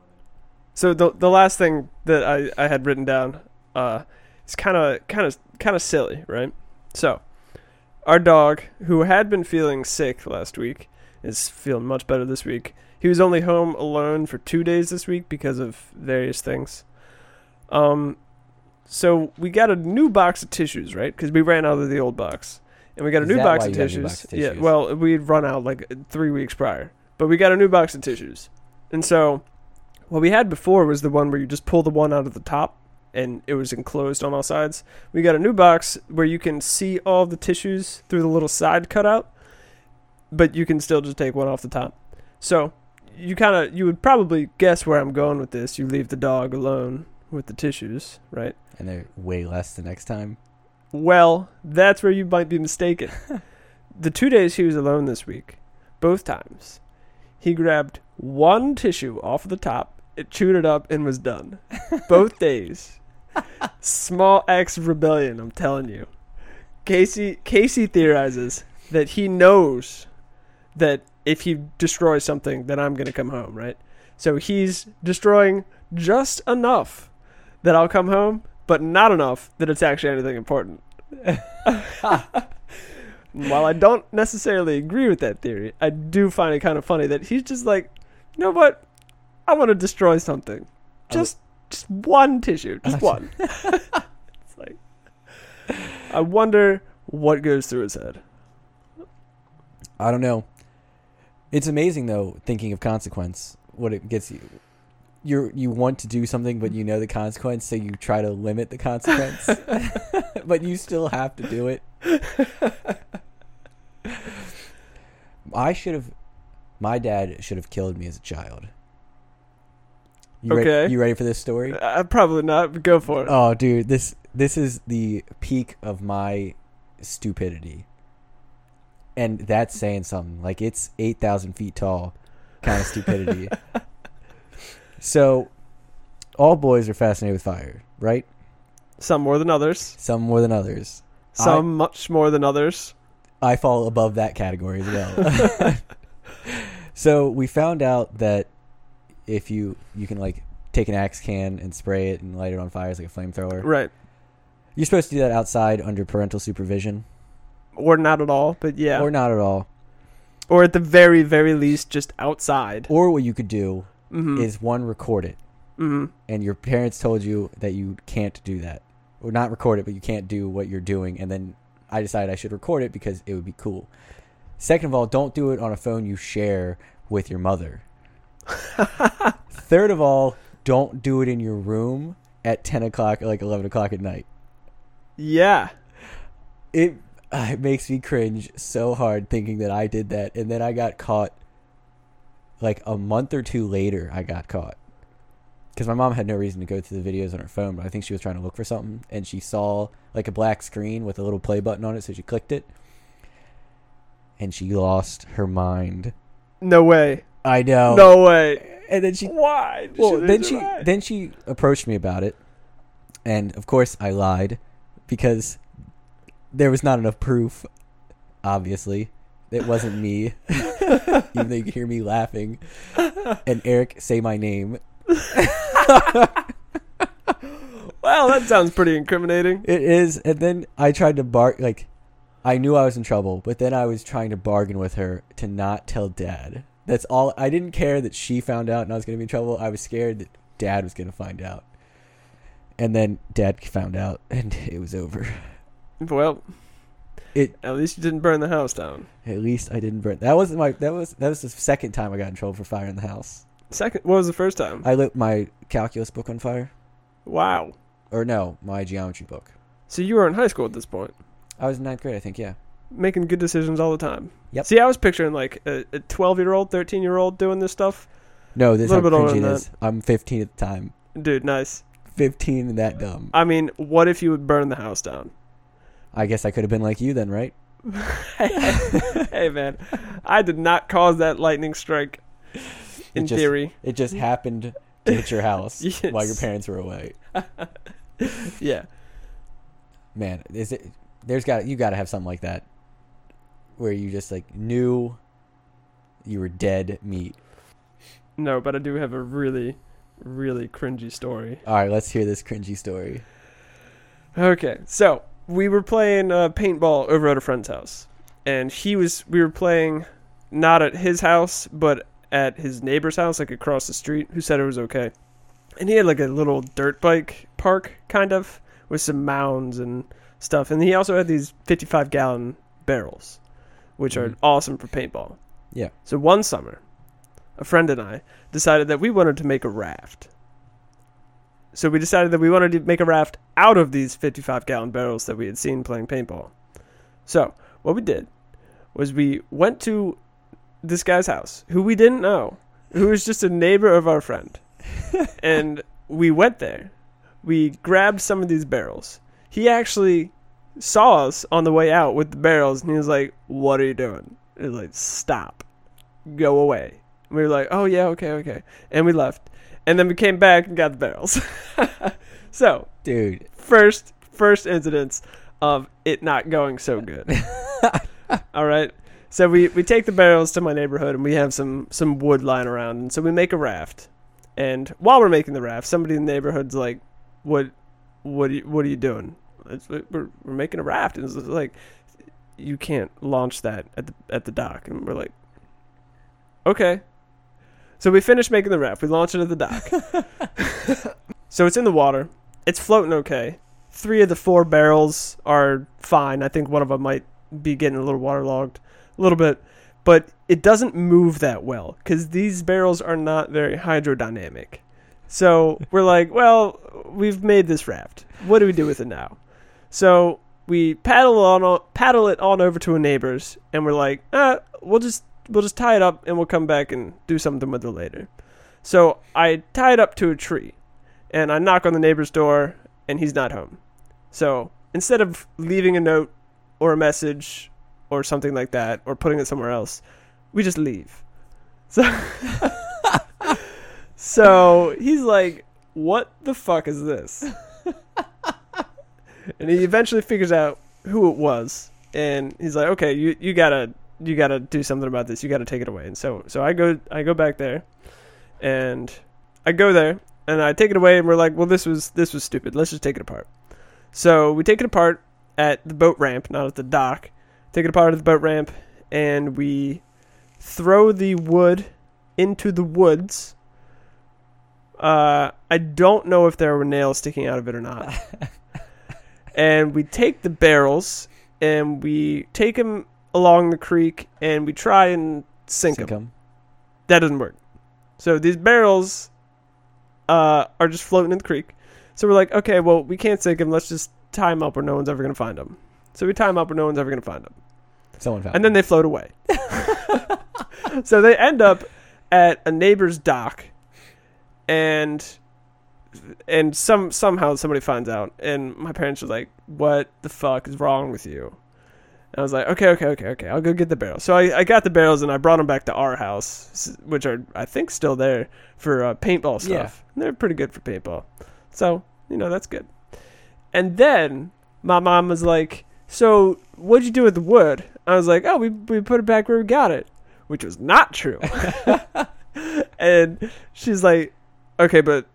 So the the last thing that I, I had written down, uh, it's kind of kind of kind of silly, right? So, our dog who had been feeling sick last week is feeling much better this week. He was only home alone for two days this week because of various things. Um, so we got a new box of tissues, right? Because we ran out of the old box, and we got a Is new that box, why you of got a new tissues. box of Yeah, tissues? well, we'd run out like three weeks prior, but we got a new box of tissues, and so what we had before was the one where you just pull the one out of the top and it was enclosed on all sides. We got a new box where you can see all the tissues through the little side cutout, but you can still just take one off the top. So you kind of you would probably guess where I'm going with this. You leave the dog alone with the tissues, right? And they're way less the next time. Well, that's where you might be mistaken. the two days he was alone this week, both times, he grabbed one tissue off of the top, it chewed it up, and was done. Both days. Small X rebellion, I'm telling you. Casey Casey theorizes that he knows that if he destroys something, then I'm gonna come home, right? So he's destroying just enough that I'll come home, but not enough that it's actually anything important. While I don't necessarily agree with that theory, I do find it kind of funny that he's just like, you know what? I want to destroy something. Just just one tissue, just one. it's like I wonder what goes through his head. I don't know. It's amazing though, thinking of consequence, what it gets you. You you want to do something, but you know the consequence, so you try to limit the consequence, but you still have to do it. I should have. My dad should have killed me as a child. You re- Okay. you ready for this story? I Uh, probably not, but go for it. Oh, dude, this this is the peak of my stupidity, and that's saying something. Like it's eight thousand feet tall, kind of stupidity. so, all boys are fascinated with fire, right? Some more than others. Some more than others. I- Some much more than others. I fall above that category as well. so we found out that if you you can like take an axe can and spray it and light it on fire as like a flamethrower. Right. You're supposed to do that outside under parental supervision. or not at all. But yeah, or or, not at all. at the very very least, just outside. Or what you could do Mm-hmm. is one record it, mm-hmm. and your parents told you that you can't do that, or not record it, but you can't do what you're doing, and then I decided I should record it because it would be cool. Second of all, don't do it on a phone you share with your mother. Third of all, don't do it in your room at ten o'clock, like eleven o'clock at night. Yeah. it uh, it makes me cringe so hard thinking that I did that, and then I got caught. Like a month or two later, I got caught because my mom had no reason to go through the videos on her phone, but I think she was trying to look for something, and she saw like a black screen with a little play button on it, so she clicked it, and she lost her mind. No way. I know. No way. and then she Why? Oh. well, then she Why? then she approached me about it, and of course I lied because there was not enough proof. Obviously, it wasn't me. Even though you could hear me laughing, and Eric say my name. Well, that sounds pretty incriminating. It is, and then I tried to bark like I knew I was in trouble, but then I was trying to bargain with her to not tell dad. That's all. I didn't care that she found out and I was going to be in trouble. I was scared that dad was going to find out. And then dad found out and it was over. Well, It- At least you didn't burn the house down. At least I didn't burn. That wasn't my that was that was the second time I got in trouble for fire in the house. Second, what was the first time? I lit my calculus book on fire Wow. or no, my geometry book. So you were in high school at this point, I was in ninth grade, I think, yeah. making good decisions all the time. Yep. See, I was picturing like a a twelve-year-old, thirteen-year-old doing this stuff. No, this is how Little bit older cringy it than is. I'm 15 at the time. Dude, nice. 15 and that dumb. I mean, what if you would burn the house down? I guess I could have been like you then, right? hey man, I did not cause that lightning strike. In It just- theory, It just happened to hit your house Yes. while your parents were away. yeah. Man, is it? There's got you got to have something like that, where you just like knew you were dead meat. No, but I do have a really, really cringy story. All right, let's hear this cringy story. Okay, so we were playing uh, paintball over at a friend's house, and he was. We were playing not at his house, but at his neighbor's house, like across the street, who said it was okay. And he had like a little dirt bike park, kind of, with some mounds and stuff. And he also had these 55 gallon barrels, which Mhm. are awesome for paintball. Yeah. So one summer, a friend and I decided that we wanted to make a raft. So we decided that we wanted to make a raft out of these 55 gallon barrels that we had seen playing paintball. So what we did was we went to this guy's house, who we didn't know, who was just a neighbor of our friend. and we went there. We grabbed some of these barrels. He actually saw us on the way out with the barrels and he was like, What are you doing? He was like, Stop. Go away. And we were like, Oh yeah, okay, okay. And we left. And then we came back and got the barrels. so, Dude, first first incidents of it not going so good. All right. So we, we take the barrels to my neighborhood and we have some, some wood lying around and so we make a raft. And while we're making the raft, somebody in the neighborhood's like, What what are you, what are you doing? It's, like, we're, we're making a raft and it's just like you can't launch that at the at the dock and we're like Okay. So we finish making the raft, we launch it at the dock. so it's in the water it's floating okay. Three of the four barrels are fine. I think one of them might be getting a little waterlogged, a little bit, but it doesn't move that well because these barrels are not very hydrodynamic. So we're like, well, we've made this raft. What do we do with it now? So we paddle on paddle it on over to a neighbor's, and we're like, ah, we'll just we'll just tie it up and we'll come back and do something with it later. So I tie it up to a tree and I knock on the neighbor's door, and he's not home. So instead of leaving a note or a message or something like that, or putting it somewhere else, we just leave. So, so he's like, "What the fuck is this?" and he eventually figures out who it was, and he's like, "Okay, you you gotta you gotta do something about this. You gotta take it away." And so so I go I go back there, and I go there, and I take it away, and we're like, "Well, this was this was stupid. Let's just take it apart." So we take it apart at the boat ramp, not at the dock, take it apart at the boat ramp, and we throw the wood into the woods. Uh, I don't know if there were nails sticking out of it or not. and we take the barrels and we take them along the creek and we try and sink, them. 'em. That doesn't work. So these barrels uh, are just floating in the creek. So we're like, okay, well, we can't sink them. Let's just tie them up where no one's ever going to find them. So we tie them up where no one's ever going to find them Someone found. and then they float away. so they end up at a neighbor's dock, and and some somehow somebody finds out, and my parents are like, "What the fuck is wrong with you?" And I was like, "Okay, okay, okay, okay. I'll go get the barrels." So I, I got the barrels and I brought them back to our house, s- which are I think still there for uh, paintball stuff. Yeah. And they're pretty good for paintball, so you know that's good. And then my mom was like, "So what'd you do with the wood?" I was like, "Oh, we we put it back where we got it," which was not true. and she's like, "Okay, but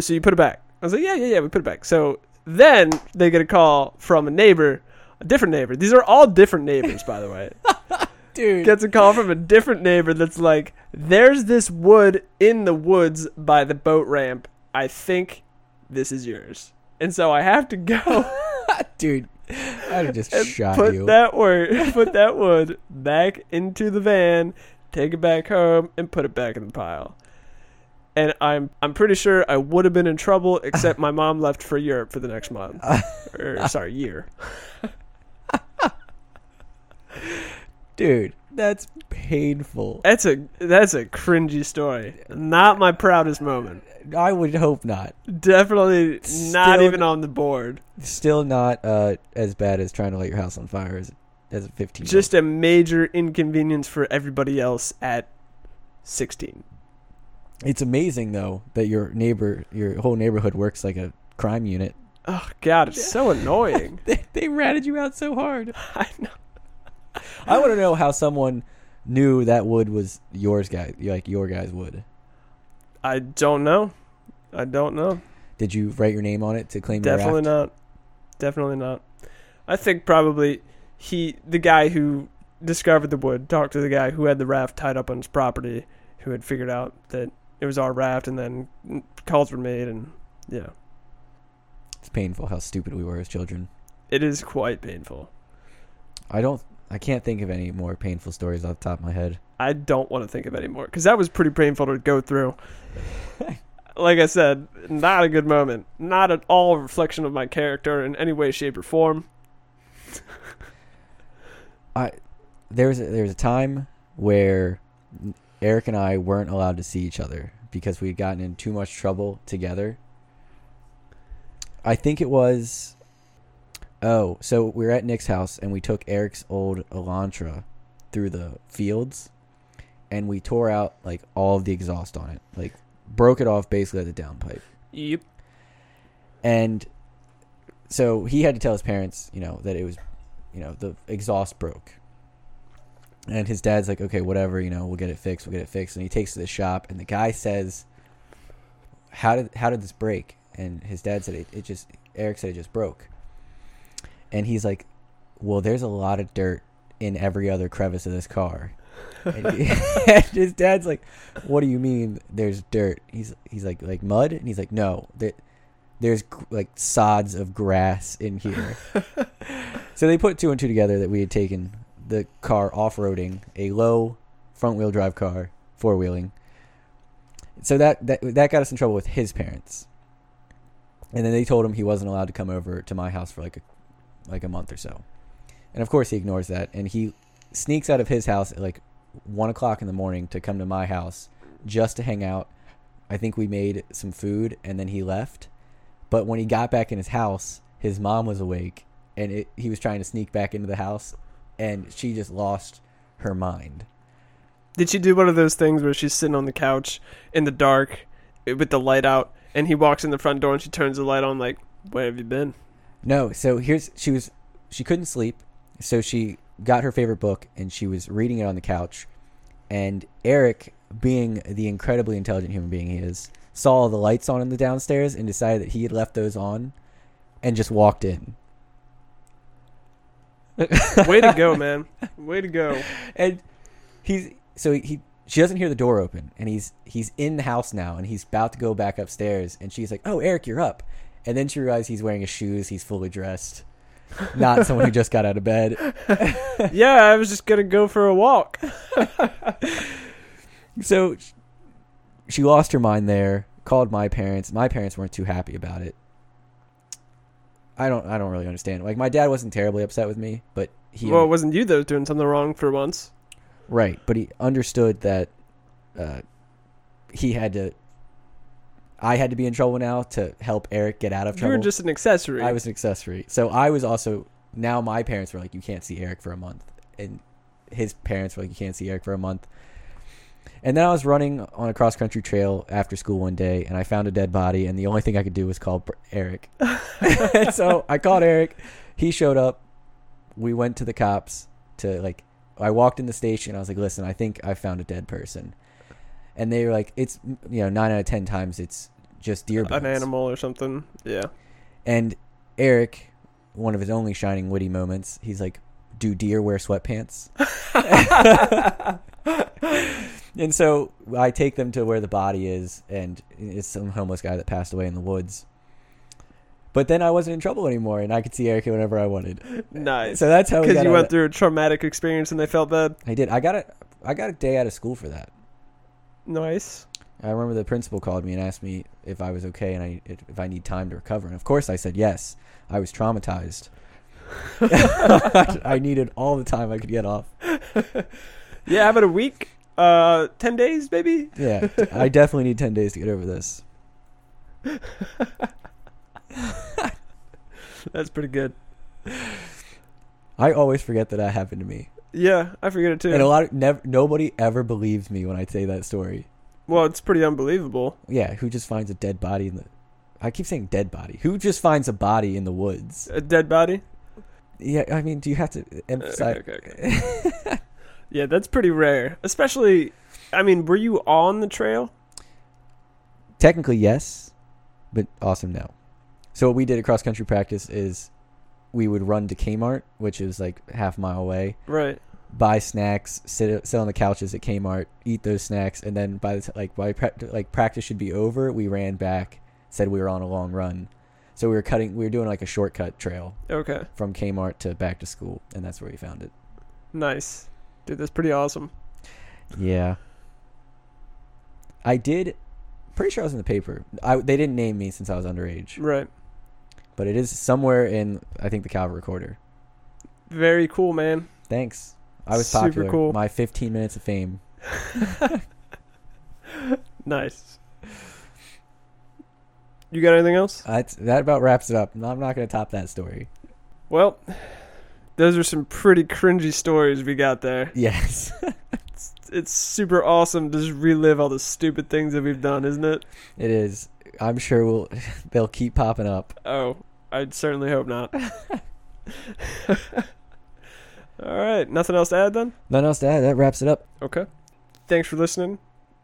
so you put it back?" I was like, "Yeah, yeah, yeah, we put it back." So then they get a call from a neighbor, a different neighbor. These are all different neighbors, by the way. dude. Gets a call from a different neighbor that's like, "There's this wood in the woods by the boat ramp. I think this is yours." And so I have to go. dude, I'd have just and shot put you. that word, put that wood back into the van, take it back home, and put it back in the pile. And I'm I'm pretty sure I would have been in trouble, except my mom left for Europe for the next month, or sorry, year. dude, that's painful. That's a that's a cringy story. Not my proudest moment. I would hope not. Definitely not Still- even on the board. Still not uh, as bad as trying to light your house on fire as as a fifteen. Just a major inconvenience for everybody else at sixteen. it's amazing though that your neighbor, your whole neighborhood works like a crime unit. Oh God, it's so annoying. They, they ratted you out so hard. I know. I want to know how someone knew that wood was yours, guy. Like your guy's wood. I don't know. I don't know. Did you write your name on it to claim Definitely your raft? not. Definitely not. I think probably he, the guy who discovered the wood, talked to the guy who had the raft tied up on his property, who had figured out that it was our raft, and then calls were made, and yeah, It's painful how stupid we were as children. it is quite painful. I don't. I can't think of any more painful stories off the top of my head. I don't want to think of any more because that was pretty painful to go through. like I said, not a good moment. Not at all a reflection of my character in any way, shape, or form. there was a, there was a time where Eric and I weren't allowed to see each other because we had gotten in too much trouble together. I think it was. Oh, so we were at Nick's house and we took Eric's old Elantra through the fields, and we tore out like all of the exhaust on it, like broke it off basically at the downpipe. Yep. And so he had to tell his parents, you know, that it was, you know, the exhaust broke. And his dad's like, okay, whatever, you know, we'll get it fixed, we'll get it fixed. And he takes it to the shop, and the guy says, how did how did this break? And his dad said it, it just Eric said it just broke. And he's like, well, there's a lot of dirt in every other crevice of this car. And, he- and his dad's like, what do you mean there's dirt? He's he's like like mud, and he's like, no, there, there's gr- like sods of grass in here. so they put two and two together that we had taken the car off roading, a low front wheel drive car, four wheeling. So that, that that got us in trouble with his parents. And then they told him he wasn't allowed to come over to my house for like a like a month or so. And of course he ignores that and he sneaks out of his house at like one o'clock in the morning to come to my house just to hang out. I think we made some food and then he left. But when he got back in his house, his mom was awake and it, he was trying to sneak back into the house and she just lost her mind. Did she do one of those things where she's sitting on the couch in the dark eh, with the light out, and he walks in the front door and she turns the light on, like, where have you been? No, so here's she was she couldn't sleep, so she got her favorite book and she was reading it on the couch and Eric, being the incredibly intelligent human being he is, saw the lights on in the downstairs and decided that he had left those on and just walked in. Way to go, man. Way to go. and he's so he, he she doesn't hear the door open and he's he's in the house now and he's about to go back upstairs and she's like oh eric you're up and then she realizes he's wearing his shoes he's fully dressed not someone who just got out of bed Yeah, I was just gonna go for a walk. so sh- she lost her mind there called my parents my parents weren't too happy about it i don't i don't really understand like my dad wasn't terribly upset with me but he Well, it wasn't you though doing something wrong for once. Right, but he understood that uh, he had to. I had to be in trouble now to help Eric get out of You trouble. were just an accessory. I was an accessory, so I was also now. My parents were like, "You can't see Eric for a month," and his parents were like, "You can't see Eric for a month." And then I was running on a cross country trail after school one day, and I found a dead body, and the only thing I could do was call Br- Eric. And so I called Eric. He showed up. We went to the cops to like. I walked in the station. I was like, "Listen, I think I found a dead person," and they were like, "It's you know nine out of ten times it's just deer bones." an animal or something. Yeah. And Eric, one of his only shining witty moments, he's like, "Do deer wear sweatpants?" and so I take them to where the body is, and it's some homeless guy that passed away in the woods. But then I wasn't in trouble anymore, and I could see Eric whenever I wanted. Nice. So that's how we Because got you out went of- through a traumatic experience and they felt bad. I did. I got a I got a day out of school for that. Nice. I remember the principal called me and asked me if I was okay and I if I need time to recover. And of course, I said yes. I was traumatized. I needed all the time I could get off. Yeah, how about a week? Uh, ten days, maybe. Yeah, I definitely need ten days to get over this. That's pretty good. I always forget that that happened to me, Yeah, I forget it too. and a lot of never nobody ever believes me when I say that story. well, it's pretty unbelievable. Yeah, who just finds a dead body in the? I keep saying dead body. Who just finds a body in the woods? A dead body. Uh, Yeah, I mean, do you have to emphasize? Okay, okay, okay. yeah, that's pretty rare. Especially, I mean, were you on the trail? Technically, yes, but awesome, no. So what we did at cross country practice is we would run to Kmart, which is like half a mile away, Right. buy snacks, sit sit on the couches at Kmart, eat those snacks, and then by the t- like by prac like practice should be over, we ran back, said we were on a long run, so we were cutting, we were doing like a shortcut trail Okay. from Kmart to back to school, and that's where we found it. Nice. Dude, that's pretty awesome. Yeah. I did. Pretty sure I was in the paper. I, they didn't name me since I was underage. Right. but it is somewhere in I think the Calvert Recorder. Very cool, man. Thanks. I was Super popular. cool. My 15 minutes of fame. Nice. You got anything else? That's, Uh, that about wraps it up. I'm not going to top that story. Well, those are some pretty cringy stories we got there. Yes. It's super awesome to just relive all the stupid things that we've done, isn't it? it is. I'm sure we'll they'll keep popping up. Oh, I certainly hope not. all right. Nothing else to add then? Nothing else to add. That wraps it up. Okay. Thanks for listening.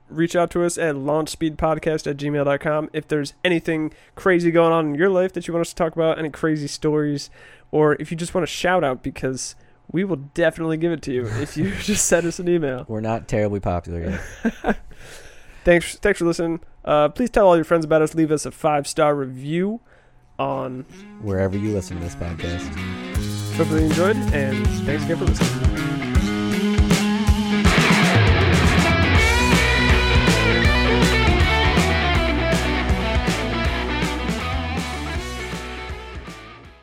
Reach out to us at launchspeedpodcast at gmail.com if there's anything crazy going on in your life that you want us to talk about, any crazy stories, or if you just want a shout out because we will definitely give it to you if you just send us an email. We're not terribly popular yet. Thanks, thanks for listening. Uh, please tell all your friends about us. Leave us a five star review on wherever you listen to this podcast. hopefully you enjoyed, and thanks again for listening.